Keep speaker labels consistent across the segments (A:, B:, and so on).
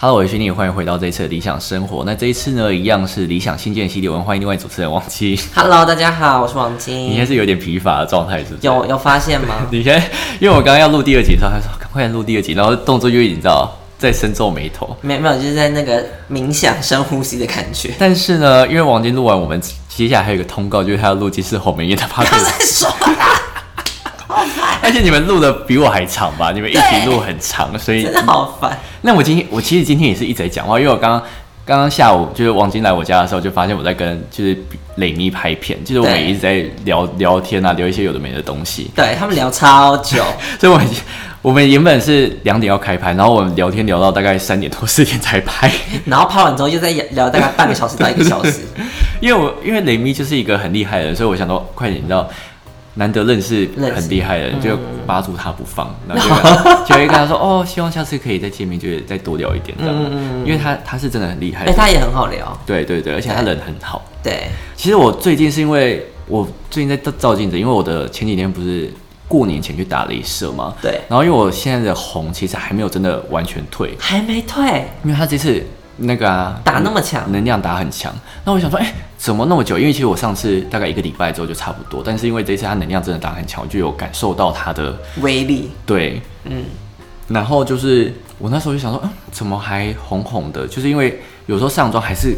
A: Hello，我是徐宁，欢迎回到这一次的理想生活。那这一次呢，一样是理想新建系列，我们欢迎另外主持人王七。
B: Hello，大家好，我是王
A: 你现在
B: 晶。
A: 是有点疲乏的状态，是不是？
B: 有有发现 吗？
A: 你先，因为我刚刚要录第二集的时候，他说赶快录第二集，然后动作就已经知道在深皱眉头。
B: 没有没有，就是在那个冥想、深呼吸的感
A: 。
B: 觉
A: 但是呢，因为王晶录完，我们接下来还有一个通告，就是他要录《金氏红梅宴》的 p
B: 不
A: o
B: 要再说 了，
A: 而且你们录的比我还长吧？你们一集
B: 对
A: 录很长，所以
B: 真的好烦。
A: 那我今天，我其实今天也是一直在讲话，因为我刚刚刚刚下午就是王晶来我家的时候，就发现我在跟就是磊咪拍片，就是我们
B: 对
A: 也一直在聊聊天啊，聊一些有的没的东西。
B: 对他们聊超 久，
A: 所以我们已经我们原本是两点要开拍，然后我们聊天聊到大概三点多四点才拍，
B: 然后拍完之后又在聊大概半个小时到一个小时。
A: 因为我因为磊咪就是一个很厉害的人，所以我想说快点，你知道。难得认识
B: 认识嗯
A: 很厉害的人，就扒住他不放，然后就跟他就会跟他说：“哦，希望下次可以再见面，就是再多聊一点这样。”
B: 嗯
A: 因为他他是真的很厉害
B: 哎，，他也很好聊。
A: 对对对，而且他人很好。
B: 对，
A: 其实我最近是因为我最近在照照镜子，因为我的前几天不是过年前去打镭射嘛，
B: 对
A: 然后因为我现在的红其实还没有真的完全退，
B: 还没退，
A: 因为他这次那个啊
B: 打那么强
A: 能量打很强。那我想说，哎、怎么那么久？因为其实我上次大概一个礼拜之后就差不多，但是因为这次他能量真的打很强，我就有感受到他的
B: 威力。
A: 对，
B: 嗯，
A: 然后就是我那时候就想说，嗯，怎么还红红的？就是因为有时候上妆还是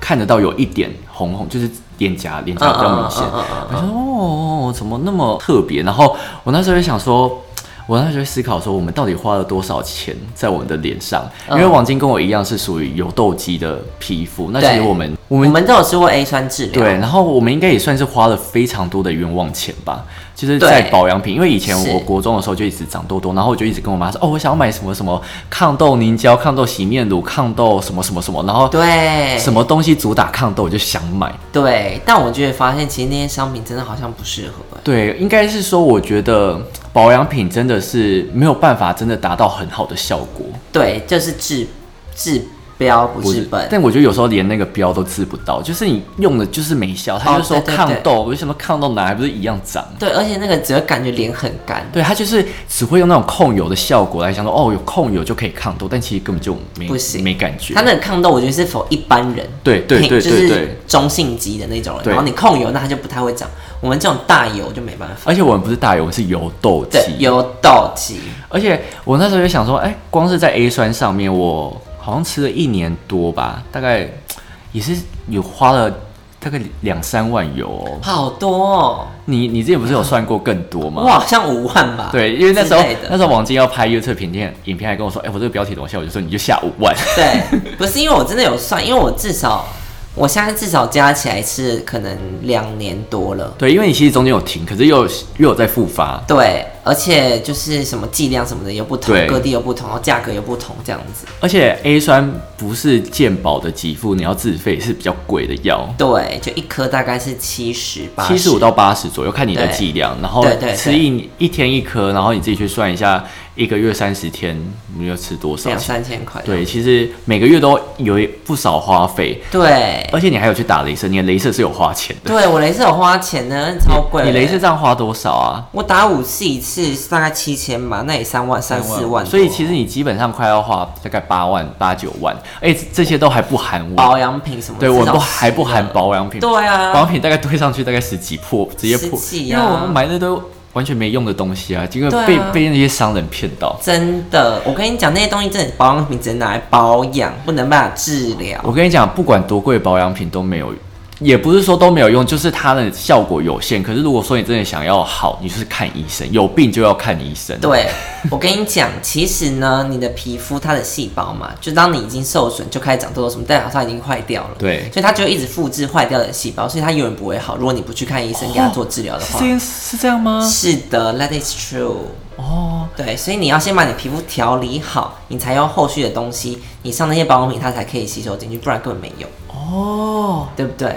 A: 看得到有一点红红，就是脸颊脸颊比较明显。
B: 嗯嗯嗯嗯
A: 我想说哦，怎么那么特别？然后我那时候就想说。我那时候就思考说，我们到底花了多少钱在我们的脸上？因为
B: 嗯
A: 王晶跟我一样是属于油痘肌的皮肤，那其实
B: 对
A: 我们我
B: 我
A: 们
B: 们都有吃过 A 酸治疗。
A: 对，，然后我们应该也算是花了非常多的冤枉钱吧，就是
B: 对
A: 在保养品，因为以前
B: 是
A: 我国中的时候就一直长痘痘，然后我就一直跟我妈说，哦，我想要买什么什么抗痘凝胶、抗痘洗面乳、抗痘什么什么什么，然后
B: 对，
A: 什么东西主打抗痘，我就想买。
B: 对，但我就会发现，其实那些商品真的好像不适合。
A: 对，应该是说，我觉得保养品真的是没有办法真的达到很好的效果，
B: 对，就是治治标不
A: 不
B: 治
A: 是
B: 本。
A: 但我觉得有时候连那个标都治不到，就是你用的就是没效，他
B: 哦
A: 就说
B: 对对
A: 抗
B: 对
A: 痘，为什么抗痘哪还不是一样长？
B: 对，而且那个只会感觉脸很干。
A: 对，它就是只会用那种控油的效果来想说，哦，有控油就可以抗痘，但其实根本就没
B: 不行
A: 没感觉
B: 他。那个抗痘，我觉得是否一般人，
A: 对对
B: 挺
A: 对
B: 就
A: 对对
B: 是中性肌的那种人。
A: 对
B: 然后你控油，那他就不太会长。我们这种大油就没办法。
A: 而且我们不是大油，我们是油痘肌
B: 对。，油痘肌，
A: 而且我那时候就想说，哎、光是在 A 酸上面，我好像吃了一年多吧，大概也是有花了大概两三万油哦。
B: 好多哦，
A: 你你之前不是有算过更多吗？
B: 哇，好像五万吧？
A: 对，因为那时候
B: 之类的
A: 那时候王晶要拍 YouTube 影片，影片还跟我说，哎、我这个标题怎么下？我就说你就下五万。
B: 对，不是因为我真的有算，因为我至少我现在至少加起来是可能两年多了。
A: 对，因为你其实中间有停，可是又有又有在复发。
B: 对，而且就是什么剂量什么的又不同
A: 对，
B: 各地又不同，然后价格又不同，这样子。
A: 而且 A 酸不是健保的给付，你要自费是比较贵的药，
B: 对，就一颗大概是七十八，
A: 七十五到八十左右，看你的
B: 对
A: 剂量，然后
B: 对对对
A: 吃一一天一颗，然后你自己去算一下，一个月三十天你要吃多少
B: 两
A: 钱？
B: 三千块。
A: 对，其实每个月都有一不少花费，
B: 对，
A: 而且你还有去打镭射，你的镭射是有花钱的。
B: 对我镭射有花钱呢，超贵的。
A: 你镭射这样花多少啊？
B: 我打五次一次大概七千吧，那也三万三四万多。
A: 所以其实你基本上快要花大概八万八九万，哎，这这些都还不含我，
B: 保养品什么，
A: 对我
B: 至少
A: 不还不含
B: 10了。
A: 保养品，
B: 对
A: 保
B: 啊，
A: 养品大概堆上去大概十几破，直接破，
B: 十几
A: 因为
B: 啊
A: 我们买那堆完全没用的东西啊，结果被、
B: 对啊
A: 被那些商人骗到。
B: 真的，我跟你讲，那些东西真的保养品只能拿来保养，不能办法治疗。
A: 我跟你讲，不管多贵的保养品都没有，也不是说都没有用，就是它的效果有限。可是如果说你真的想要好，你就是看医生，有病就要看医生。
B: 对，我跟你讲，其实呢，你的皮肤它的细胞嘛，就当你已经受损，就开始长痘痘什么，代表它已经坏掉了。
A: 对
B: 所以它就一直复制坏掉的细胞，所以它永远不会好。如果你不去看医生
A: 哦
B: 给它做治疗的
A: 是
B: 话，
A: 这件是这样吗？
B: 是的，that is true。
A: 哦，
B: 对，所以你要先把你皮肤调理好，你才用后续的东西，你上那些保养品它才可以吸收进去，不然根本没用，
A: 哦，
B: 对不对？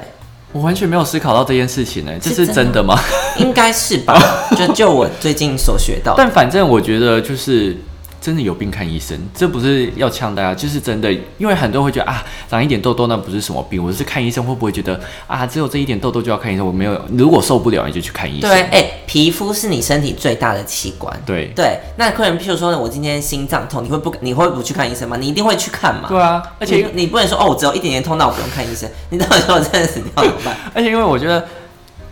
A: 我完全没有思考到这件事情呢、这
B: 是
A: 是
B: 真的
A: 真的吗？
B: 应该是吧？就就我最近所学到的，
A: 但反正我觉得就是真的有病看医生，这不是要呛大家，就是真的，因为很多人会觉得啊，长一点痘痘那不是什么病，我是看医生会不会觉得啊，只有这一点痘痘就要看医生？我没有，如果受不了你就去看医生。
B: 对，哎、皮肤是你身体最大的器官。
A: 对
B: 对，那客人譬如说呢，我今天心脏痛，你会不你会不去看医生吗？你一定会去看嘛。
A: 对啊，而且
B: 你你不能说哦，我只有一点点痛，那我不用看医生。你到底说我真的死掉怎么办？
A: 而且因为我觉得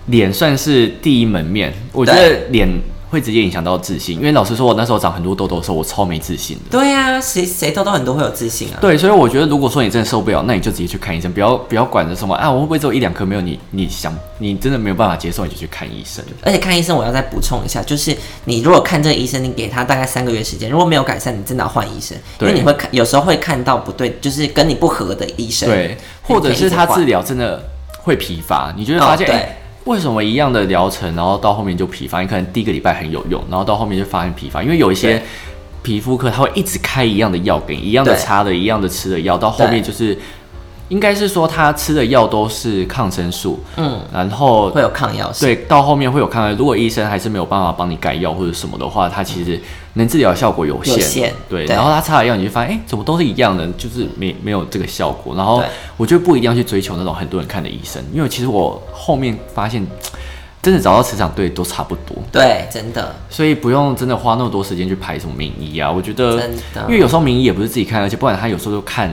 A: 脸算是第一门面，我觉得脸会直接影响到自信。因为老实说，我那时候长很多痘痘的时候，我超没自信的。
B: 对啊，谁谁痘痘很多会有自信啊。
A: 对，所以我觉得，如果说你真的受不了，那你就直接去看医生，不要不要管着什么啊，我会不会只有一两颗没有你你想你真的没有办法接受，你就去看医生。
B: 而且看医生，我要再补充一下，就是你如果看这个医生，你给他大概三个月时间，如果没有改善，你真的要换医生，因为
A: 对
B: 你会看，有时候会看到不对，就是跟你不合的医生。
A: 对，
B: 你可以
A: 或者是他
B: 一直换
A: 治疗真的会疲乏，你就会发现，
B: 哦对
A: 哎为什么一样的疗程，然后到后面就疲乏？你可能第一个礼拜很有用，然后到后面就发现疲乏，因为有一些
B: 对
A: 皮肤科他会一直开一样的药给你，一样的
B: 对
A: 擦的，一样的吃的药，到后面就是。应该是说他吃的药都是抗生素，
B: 嗯，
A: 然后
B: 会有抗药性。
A: 对，到后面会有看到，如果医生还是没有办法帮你改药或者什么的话，他其实能治疗的效果有限。
B: 有限
A: 对，
B: 对
A: 然后他擦了药，你就发现，哎、怎么都是一样的，就是没没有这个效果。然后
B: 对
A: 我觉得不一定要去追求那种很多人看的医生，因为其实我后面发现，真的找到磁场对都差不多。
B: 对，真的。
A: 所以不用真的花那么多时间去排什么名医啊，我觉得
B: 真的，
A: 因为有时候名医也不是自己看，而且不然他有时候就看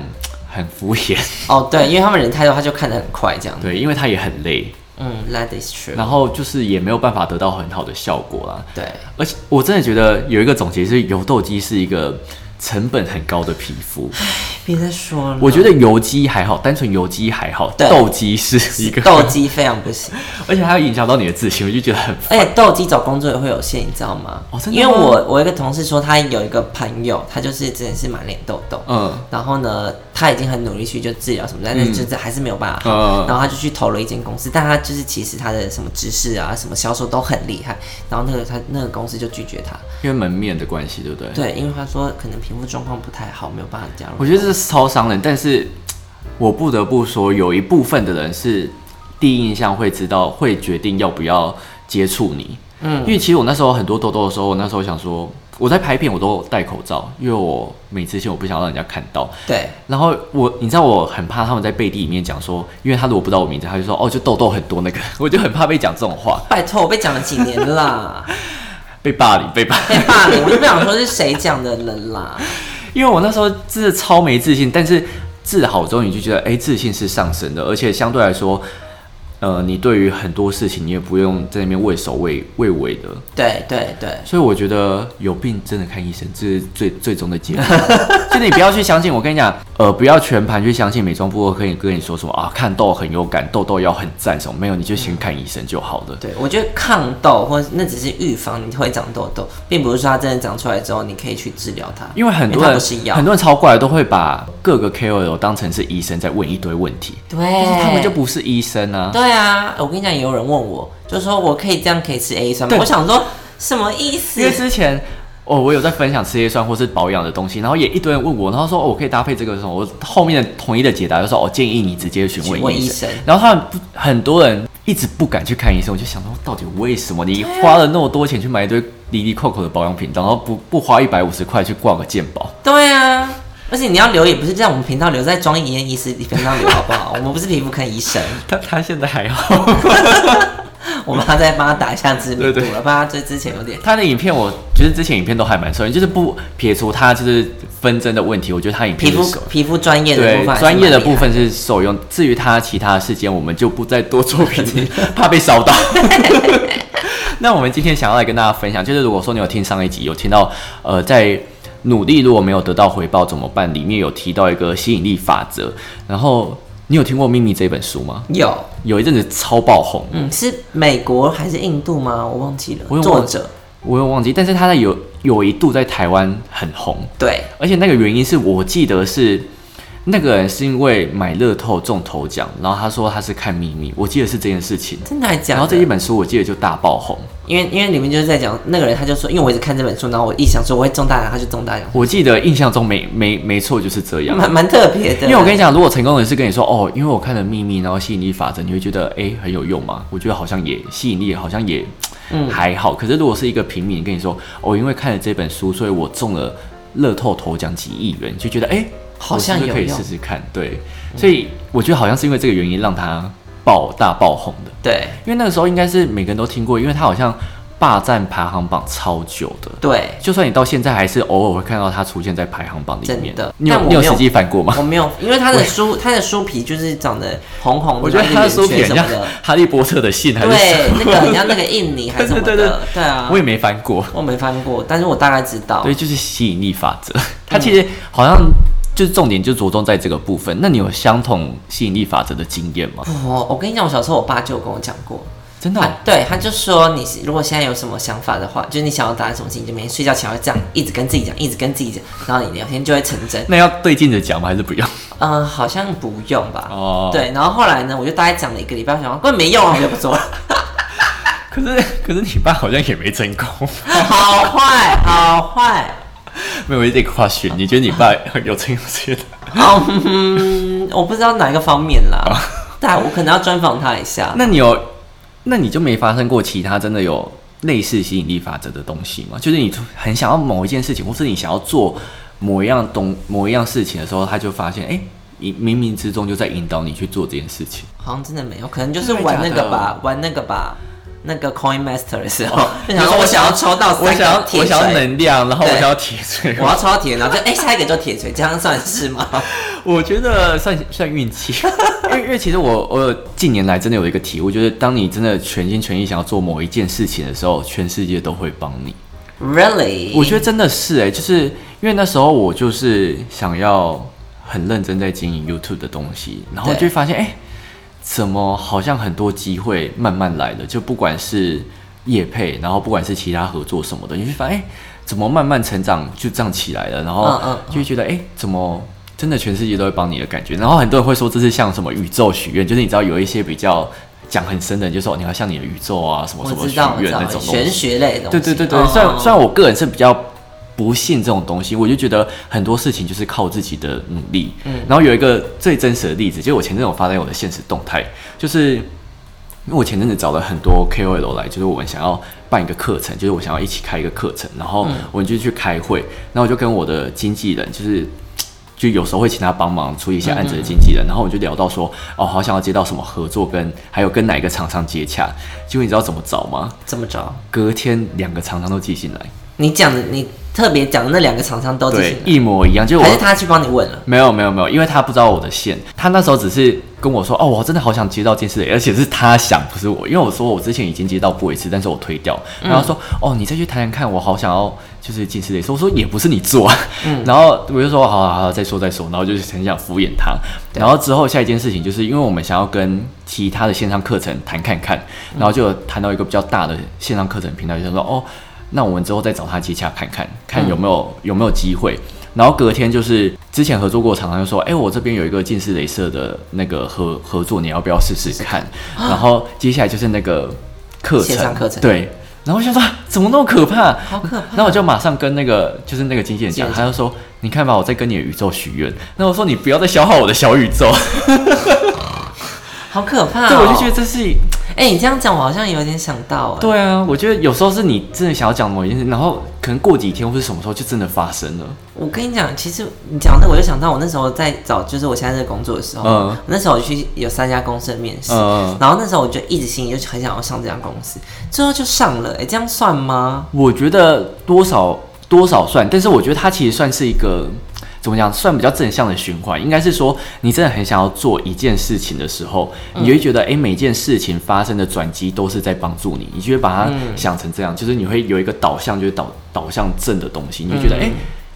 A: 很敷衍，
B: 哦，对，因为他们人太多，他就看得很快，这样。
A: 对，因为他也很累，
B: 嗯，that is true。
A: 然后就是也没有办法得到很好的效果啦。
B: 对，
A: 而且我真的觉得有一个总结是，油痘肌是一个成本很高的皮肤。
B: 别再说了。
A: 我觉得油肌还好，单纯油肌还好，
B: 对
A: 痘肌是一个，
B: 痘肌非常不行，
A: 而且它会影响到你的自信，我就觉得很
B: 而且痘肌找工作也会有限，你知道吗？
A: 哦真的吗
B: 因为我我一个同事说，他有一个朋友，他就是真的是满脸痘痘，
A: 嗯
B: 然后呢，他已经很努力去就治疗什么，但是就是还是没有办法好。
A: 嗯
B: 然后他就去投了一间公司，但他就是其实他的什么知识啊、什么销售都很厉害，然后那个他那个公司就拒绝他，
A: 因为门面的关系，对不对？，
B: 对，因为他说可能皮肤状况不太好，没有办法加入。
A: 我觉得这是超伤人，但是我不得不说，有一部分的人是第一印象会知道，会决定要不要接触你。嗯，因为其实我那时候很多痘痘的时候，我那时候想说，我在拍片我都戴口罩，因为我没自信，我不想让人家看到。
B: 对，
A: 然后我，你知道我很怕他们在背地里面讲说，因为他如果不知道我名字，他就说哦，就痘痘很多那个， 我就很怕被讲这种话，
B: 拜托，我被讲了几年 啦，
A: 被霸凌，被霸凌。
B: 被霸凌，我就不想说是谁讲的人啦。
A: 因为我那时候真的超没自信，但是治好之后，你就觉得哎、自信是上升的，而且相对来说，呃，你对于很多事情你也不用在那边畏首畏畏尾的，
B: 对对对，
A: 所以我觉得有病真的看医生，这是最最终的结果。 就你不要去相信，我跟你讲，呃，不要全盘去相信美妆部落客以跟你说什么啊，看痘很有感，痘痘要很赞什么，没有，你就先看医生就好了。
B: 对，我觉得抗痘或者那只是预防你会长痘痘，并不是说它真的长出来之后你可以去治疗它，
A: 因为很多
B: 它
A: 人
B: 不是药，
A: 很多人超过来都会把各个 KOL 当成是医生在问一堆问题，但
B: 对，
A: 是他们就不是医生啊。
B: 对啊，我跟你讲，也有人问我，就说我可以这样可以吃 A 酸吗？
A: 对
B: 我想说什么意思
A: 因？为之前哦，我有在分享吃叶酸或是保养的东西，然后也一堆人问我，然后说、哦、我可以搭配这个什么，我后面的统一的解答就说我、哦、建议你直接询问
B: 询问
A: 医
B: 医
A: 生
B: 生，
A: 然后他们不很多人一直不敢去看医生，我就想说到底为什么你花了那么多钱去买一堆离离扣扣的保养品，然后不不花一百五十块去逛个健保？
B: 对啊，而且你要留也不是在我们频道留，在庄医院医师频道留好不好？我们不是皮肤科 医生，
A: 他他现在还好，
B: 我们要再帮他打一下知名度
A: 对对
B: 了，不然他这之前有点
A: 他的影片我觉得之前影片都还蛮受，就是不撇除他就是纷争的问题，我觉得他影
B: 皮
A: 片是
B: 肤
A: 受
B: 皮肤专业的部
A: 对
B: 分还是
A: 专业的
B: 蛮厉害
A: 部分是受用，至于他其他的事件，我们就不再多做评 论，怕被烧到。 那我们今天想要来跟大家分享，就是如果说你有听上一集，有听到呃，在努力如果没有得到回报怎么办？里面有提到一个吸引力法则，然后你有听过《秘密》这本书吗？
B: 有，
A: 有一阵子超爆红，
B: 嗯，是美国还是印度吗？我忘记
A: 我有
B: 了，
A: 点忘
B: 作者
A: 我有忘记，但是它在有有一度在台湾很红，
B: 对
A: 而且那个原因是我记得是那个人是因为买乐透中头奖，然后他说他是看秘密，我记得是这件事情。
B: 真的还假的？
A: 然后这一本书我记得就大爆红，
B: 因为因为里面就是在讲那个人，他就说，因为我一直看这本书，然后我一想说我会中大奖，他就中大奖，
A: 我记得印象中没没没错就是这样。
B: 蛮蛮特别的。
A: 因为我跟你讲，如果成功人士跟你说哦，因为我看了秘密，然后吸引力法则，你会觉得诶很有用吗？我觉得好像也吸引力好像
B: 嗯
A: 也还好。可是如果是一个平民跟你说哦，因为看了这本书，所以我中了乐透头奖几亿元，就觉得哎、诶
B: 好
A: 我是
B: 像
A: 不是
B: 有
A: 可以
B: 用
A: 试试看。对，所以我觉得好像是因为这个原因让他爆大爆红的，
B: 对
A: 因为那个时候应该是每个人都听过，因为他好像霸占排行榜超久的。
B: 对，
A: 就算你到现在还是偶尔会看到他出现在排行榜里面
B: 真的
A: 你有
B: 但我
A: 你有
B: 没有
A: 实际翻过吗？
B: 我没有，因为他的书他的书皮就是长得红红的，
A: 我觉得
B: 然
A: 他
B: 后
A: 的
B: 一
A: 书
B: 个圆
A: 皮很
B: 圈什
A: 像
B: 么的，
A: 哈利波特的信还是什么？
B: 对，那 个很像那个印尼还是什么的，
A: 对对对对
B: 啊
A: 我，也没翻过。
B: 我没翻过，但是我大概知道
A: 对，，就是吸引力法则。它其实好像就是重点就着重在这个部分。那你有相同吸引力法则的经验吗？
B: 哦，我跟你讲，我小时候我爸就有跟我讲过，
A: 真的哦、
B: 他对他就说你是如果现在有什么想法的话，就是你想要达成什么事情，就每天睡觉前会这样一直跟自己讲，一直跟自己讲，然后你聊天就会成真。
A: 那要对镜着讲吗？还是不用？
B: 嗯、好像不用吧？
A: 哦
B: 对，然后后来呢，我就大概讲了一个礼拜，我想说那没用啊，我就不做了，
A: 可是可是你爸好像也没成功，
B: 好坏，好坏。
A: 没有我有点夸炫。你觉得你爸有成功是的？
B: 嗯，我不知道哪一个方面啦，但我可能要专访他一下。
A: 那你有？那你就没发生过其他真的有类似吸引力法则的东西吗？就是你很想要某一件事情，或是你想要做某一样东某一样事情的时候，他就发现，哎、你冥冥之中就在引导你去做这件事情。
B: 好像真的没有，可能就是
A: 真的
B: 玩
A: 假
B: 那个吧
A: 的，
B: 玩那个吧，那个 Coin Master 的时 候，
A: 你
B: 就想
A: 说
B: 说哦我想要抽到
A: 我
B: 三
A: 想
B: 个
A: 要
B: 铁
A: 我想要
B: 锤，
A: 能量，然后我
B: 对
A: 想要铁锤。
B: 我要抽到铁，然后就哎、下一个就铁锤，这样算是 吗？
A: 我觉得算算运 气，因为因为其实我我有近年来真的有一个体悟，就是当你真的全心全意想要做某一件事情的时候，全世界都会帮你。
B: Really？
A: 我觉得真的是哎、就是因为那时候我就是想要很认真在经营 YouTube 的东西，然后
B: 对
A: 就会发现哎、怎么好像很多机会慢慢来的，就不管是业配，然后不管是其他合作什么的，你就发现哎、怎么慢慢成长就这样起来了，然后
B: 嗯嗯
A: 就会觉得哎、怎么。真的，全世界都会帮你的感觉。然后很多人会说这是像什么宇宙许愿，就是你知道有一些比较讲很深的，人就说你要向你的宇宙啊什么
B: 我
A: 什么
B: 知
A: 许
B: 道，我知
A: 愿
B: 道
A: 那种，东西
B: 玄。学类的东
A: 对
B: 西。
A: 对对对，
B: 嗯
A: 虽然
B: 嗯
A: 虽然我个人是比较不信这种东西，我就觉得很多事情就是靠自己的努力。嗯，然后有一个最真实的例子，就是我前阵子有发在我的现实动态，就是。因为我前阵子找了很多 KOL 来，就是我们想要办一个课程，就是我想要一起开一个课程，然
B: 嗯
A: 后我们就去开会，然后我就跟我的经纪人，就是就有时候会请他帮忙处理一
B: 嗯
A: 些案子的经纪人，然后我们就聊到说，哦，好想要接到什么合作跟，还有跟哪一个厂商接洽，结果你知道怎么找吗？
B: 怎么着？
A: 隔天两个厂商都寄信来，
B: 你讲的，你特别讲的那两个厂商都进
A: 对
B: 行，
A: 一模一样。就
B: 了，
A: 我
B: 还是他去帮你问了？
A: 没有没有没有，因为他不知道我的线，他那时候只是跟我说，哦，我真的好想接到这件事，而且是他想，不是我，因为我说我之前已经接到过一次，但是我推掉，
B: 嗯
A: 然后他说，哦，你再去谈谈看，我好想要就是近视雷，说我说也不是你做、啊，
B: 嗯
A: 然后我就说好好好，再说再说，然后就是很想敷衍他，然后之后下一件事情就是因为我们想要跟其他的线上课程谈看看，
B: 嗯
A: 然后就有谈到一个比较大的线上课程平台，就说哦。那我们之后再找他接洽看看，
B: 嗯
A: 看有没有、有没有机会。然后隔天就是之前合作过的厂商就说，哎、我这边有一个近视雷射的那个合合作，你要不要试试看？然后接下来就是那个课程，
B: 线上课程
A: 对。然后我就想说啊怎么那么可怕？
B: 好可怕
A: 然后我就马上跟那个就是那个经纪人讲，
B: 经纪人
A: 他就说：“你看吧，我在跟你的宇宙许愿。”那我说：“你不要再消耗我的小宇宙。
B: 好可怕、哦！
A: 对，我就觉得，这是
B: 哎、你这样讲，我好像有点想到、哎，
A: 对啊，我觉得有时候是你真的想要讲某一件事，然后可能过几天或是什么时候就真的发生了。
B: 我跟你讲，其实你讲的，我就想到我那时候在找，就是我现在在工作的时候，
A: 嗯
B: 那时候我去有三家公司的面试，
A: 嗯
B: 然后那时候我就一直心里就很想要上这家公司，最后就上了，哎、这样算吗？
A: 我觉得多少多少算，但是我觉得它其实算是一个怎么讲，算比较正向的循环。应该是说，你真的很想要做一件事情的时候，
B: 嗯
A: 你就会觉得，哎、每件事情发生的转机都是在帮助你，你就会把它想成这样，就是你会有一个导向，就是导导向正的东西，你就
B: 嗯
A: 觉得，哎、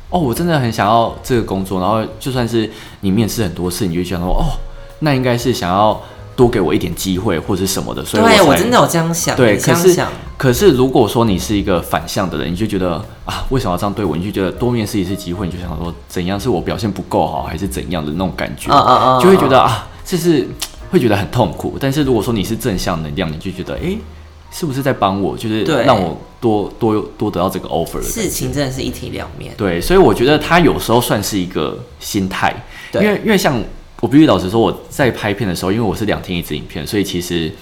A: 哦，我真的很想要这个工作，然后就算是你面试很多次，你就会想说，哦，那应该是想要多给我一点机会或者什么的，所以
B: 对，
A: 我
B: 我
A: 才
B: 真的有这样想，
A: 对，
B: 你这
A: 可
B: 样
A: 是
B: 想，
A: 可是如果说你是一个反向的人，你就觉得啊，为什么要这样对我？你就觉得多面试一次机会，你就想说怎样是我表现不够好，还是怎样的那种感觉，
B: 嗯嗯嗯
A: 就会觉得啊，这是会觉得很痛苦。但是如果说你是正向能量，你就觉得诶，是不是在帮我？就是
B: 对
A: 让我多多多得到这个 offer 的感觉
B: 事情真的是一体两面，
A: 对，所以我觉得他有时候算是一个心态，因
B: 对
A: 为因为像我必须老实说，我在拍片的时候，因为我是两天一支影片，所以其实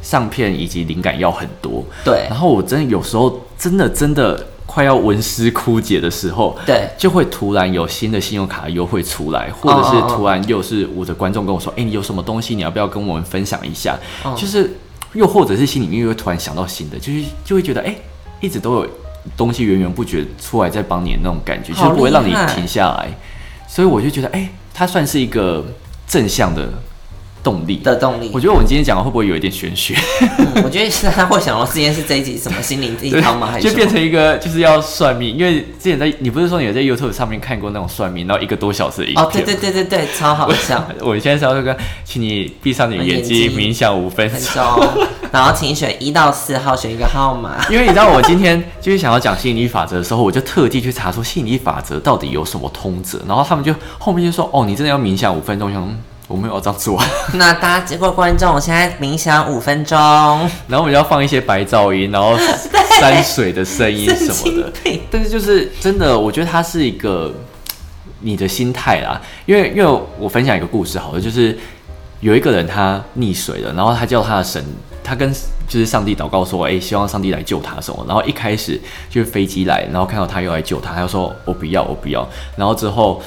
A: 上片以及灵感要很多。
B: 对
A: 啊然后我真的有时候真的真的快要文思枯竭的时候，
B: 对
A: 就会突然有新的信用卡优惠出来，或者
B: 哦哦哦
A: 是突然又是我的观众跟我说，哎、你有什么东西，你要不要跟我们分享一下？
B: 嗯
A: 就是又或者是心里面又会突然想到新的，就是就会觉得，哎、一直都有东西源源不绝出来在帮你的那种感觉，就
B: 好
A: 是不会让你
B: 厉害
A: 停下来。所以我就觉得，哎、它算是一个正向的动力。
B: 的动力
A: 我。觉得我们今天讲的会不会有一点玄学？
B: 嗯我觉得是他会想到今天是这一集什么心灵鸡
A: 对
B: 汤吗？还 是
A: 就
B: 什么
A: 变成一个就是要算命，因为之前在你不是说你有在 YouTube 上面看过那种算命，然后一个多小时的影片？
B: 哦，对对对对对，超 好笑，
A: 我现在是要这个，请你闭上你的眼睛，
B: 眼睛
A: 冥想五分
B: 很
A: 钟。
B: 钟。然后请选一到四号，选一个号码。
A: 因为你知道，我今天就是想要讲吸引力法则的时候，我就特地去查说吸引力法则到底有什么通则，然后他们就后面就说：“哦，你真的要冥想五分钟？”我想嗯我没有要这样做 啊，
B: 那大家结果观众，我现在冥想五分钟，
A: 然后我们就要放一些白噪音，然后山水的声音
B: 神
A: 什么
B: 经
A: 的。
B: 病。
A: 但是就是真的，我觉得它是一个你的心态啦，因为因为我分享一个故事好了，就是有一个人他溺水了，然后他叫他的神，他跟就是上帝祷告说，哎、希望上帝来救他什么，然后一开始就是飞机来，然后看到他又来救他，他就说我不要，我不要，然后之后。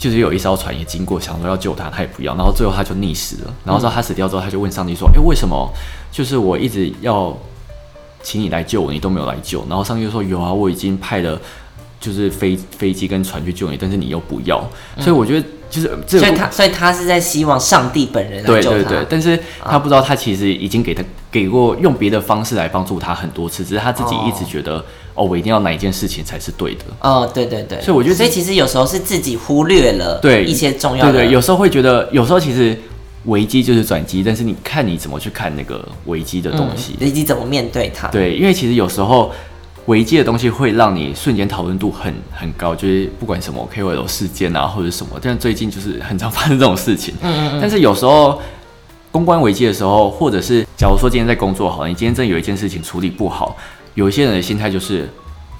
A: 就是有一艘船也经过，想说要救他，他也不要，然后最后他就溺死了。然后到他死掉之后，他就问上帝说：“哎、为什么？就是我一直要请你来救我，你都没有来救。然后上帝就说有啊，我已经派了就是飞飞机跟船去救你，但是你又不要，所以我觉得就是呃这
B: 嗯所
A: 个
B: 以他，所以他是在希望上帝本人来
A: 对
B: 救他。啊
A: 对对，但是他不知道他其实已经给他给过用别的方式来帮助他很多次，只是他自己一直觉得哦，我一定要哪一件事情才是对的。
B: 哦，对对对。
A: 所以我觉得
B: 所以其实有时候是自己忽略了
A: 对
B: 一些重要的。
A: 对对，有时候会觉得，有时候其实危机就是转机，但是你看你怎么去看那个危机的东西。
B: 嗯以及怎么面对它。
A: 对，因为其实有时候违纪的东西会让你瞬间讨论度很很高，就是不管什么 KOL 事件啊或者什么，但最近就是很常发生这种事情。嗯嗯但是有时候公关危机的时候，或者是假如说今天在工作好了，你今天真的有一件事情处理不好，有一些人的心态就是。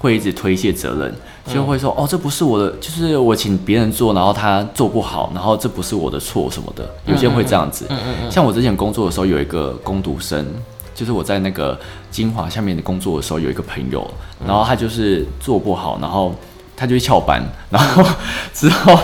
A: 会一直推卸责任，就会说、哦，这不是我的，就是我请别人做，然后他做不好，然后这不是我的错什么的，有些人会这样子。像我之前工作的时候，有一个工读生，就是我在那个金华下面的工作的时候，有一个朋友，然后他就是做不好，然后他就去翘班，然后之后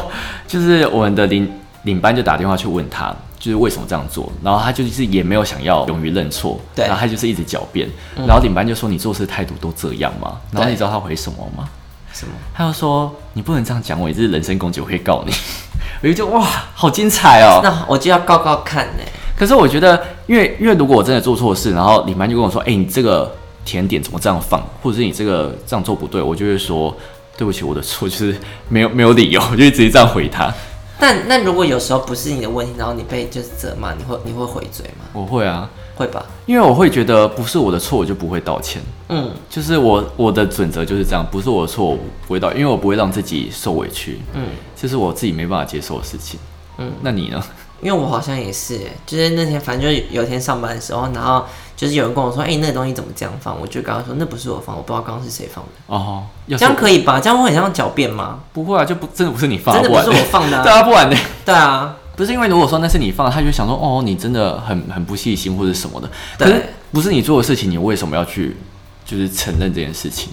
A: 就是我们的领领班就打电话去问他，就是为什么这样做，然后他就是也没有想要勇于认错，
B: 对嗯
A: 然后他就是一直狡辩，然后领班就说你做事态度都这样嘛，然后
B: 对
A: 你知道他回什么吗？
B: 什么？
A: 他就说你不能这样讲我，你这是人身攻击，我会告你。 我就觉得哇，好精彩哦！
B: 那我就要告告看呢、
A: 可是我觉得，因为因为如果我真的做错事，然后领班就跟我说：“哎、你这个甜点怎么这样放，或者是你这个这样做不对。”我就会说：“对不起，我的错，就是没有没 有理由。”我就会直接这样回他。
B: 但那如果有时候不是你的问题，然后你被就是责骂，你会你会回嘴吗？
A: 我会啊，
B: 会吧？
A: 因为我会觉得不是我的错，我就不会道歉。
B: 嗯，
A: 就是我我的准则就是这样，不是我的错，我不会道，因为我不会让自己受委屈。嗯，这是我自己没办法接受的事情。嗯，那你呢？
B: 因为我好像也是欸、就是那天反正就是有一天上班的时候，然后就是有人跟我说，哎、那个东西怎么这样放？我就跟他说，那不是我放，我不知道刚刚是谁放的。
A: 哦，要
B: 这
A: 是
B: 样可以吧？这样会很像狡辩吗？
A: 不会啊，就不真的不是你放，
B: 真的不是
A: 然呢
B: 我放的 啊
A: 对啊，不然呢？
B: 对啊，
A: 不是因为如果说那是你放的，他就会想说哦，你真的很很不细心或者什么的。可
B: 对
A: 是不是你做的事情，你为什么要去就是承认这件事情？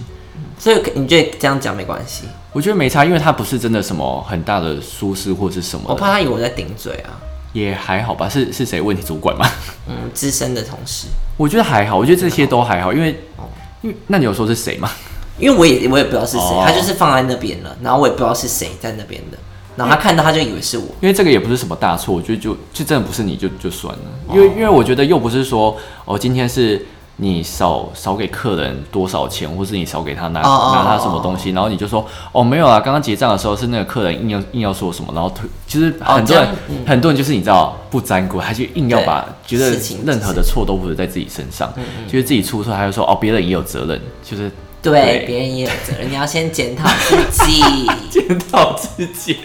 B: 所以你觉得这样讲没关系？
A: 我觉得没差，因为他不是真的什么很大的疏失或是什么
B: 我
A: 的
B: 怕他以为我在顶嘴啊。
A: 也还好吧。是是谁问你主管吗？
B: 嗯，资深的同事，
A: 我觉得还好，我觉得这些都还好，因为
B: 哦
A: 因为那你有说是谁吗？
B: 因为我也我也不知道是谁，
A: 哦
B: 他就是放在那边了，然后我也不知道是谁在那边的，然后他看到他就以为是我。
A: 因为这个也不是什么大错，我觉得就就真的不是你就就算了，
B: 哦
A: 因为因为我觉得又不是说哦，今天是你少少给客人多少钱，或是你少给他拿
B: 哦哦
A: 拿他
B: 哦
A: 什么东西，然后你就说哦没有啊，刚刚结账的时候是那个客人硬要硬要说什么，然后推就是
B: 哦
A: 很多人、
B: 这样
A: 很多人就是你知道不沾锅，他就硬要把觉
B: 对
A: 得
B: 事情嗯
A: 任何的错都不是在自己身上，就是自己出错，他就说哦别人也有责任，就是
B: 对， 别人也有责任，你要先检讨自己。
A: 见到自己，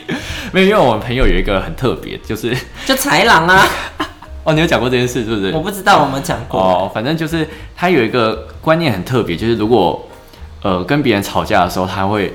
A: 没有，因为我们朋友有一个很特别，就是
B: 就豺狼啊，
A: 哦你有讲过这件事是不是
B: 我？不知道我们讲过。
A: 哦，反正就是他有一个观念很特别，就是如果呃跟别人吵架的时候，他会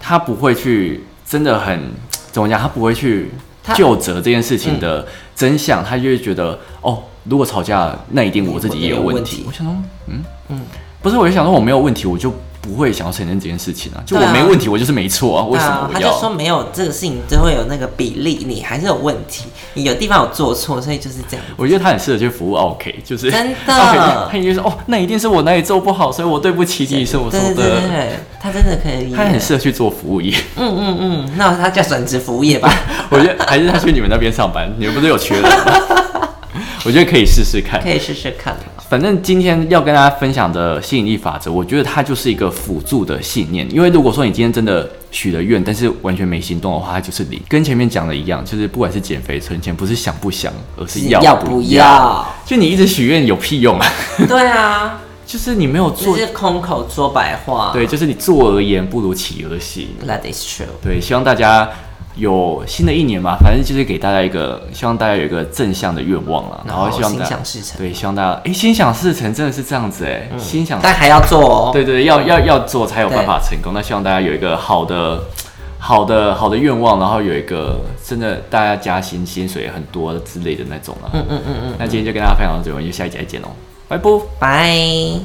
A: 他不会去真的很怎么讲，他不会去
B: 他嗯
A: 就责这件事情的真相，他就会觉得哦，如果吵架了，那一定我自己也有问
B: 我也有问
A: 题
B: 题。
A: 我想说，嗯嗯，不是，我就想说我没有问题，我就不会想要承认这件事情啊，就
B: 对
A: 我
B: 啊
A: 没问题，我就是没错啊，为什么
B: 啊，
A: 我
B: 他
A: 要？
B: 就说没有这个事情就会有那个比例，你还是有问题，你有地方有做错，所以就是这样。
A: 我觉得他很适合去服务 OK，就是
B: 真的
A: OK，他一定说哦，那一定是我哪里做不好，所以我对不起你什么什
B: 对
A: 么
B: 对对
A: 的。
B: 对，他真的可以。
A: 他很适合去做服务业，
B: 嗯嗯嗯，那他就转职服务业吧。
A: 我觉得还是他去你们那边上班，你们不是有缺人吗？ 我觉得可以试试看
B: 可。以试试看。哦
A: 反正今天要跟大家分享的吸引力法则，我觉得它就是一个辅助的信念。因为如果说你今天真的许了愿，但是完全没行动的话，它就是零。跟前面讲的一样，就是不管是减肥存钱，不是想不想，而是要不
B: 不
A: 要。
B: 要？
A: 就你一直许愿有屁用啊！
B: 对啊，
A: 就是你没有
B: 就
A: 做，
B: 是空口说白话。
A: 对，就是你坐而言不如起而行。
B: ，That is true。
A: 对，希望大家有新的一年嘛，反正就是给大家一个，希望大家有一个正向的愿望啦，
B: 然后
A: 希望
B: 心
A: 大家
B: 想事成，
A: 对，希望大家哎，心想事成真的是这样子哎，心想
B: 但还要做哦。
A: 对对，要要要做才有办法成功。那希望大家有一个好的、好的、好的愿望，然后有一个真的大家加薪、薪水也很多之
B: 嗯
A: 类的那种啊。嗯嗯嗯嗯。那今天就跟大家分享到这里，我们就下一集再见喽，拜拜。
B: 拜。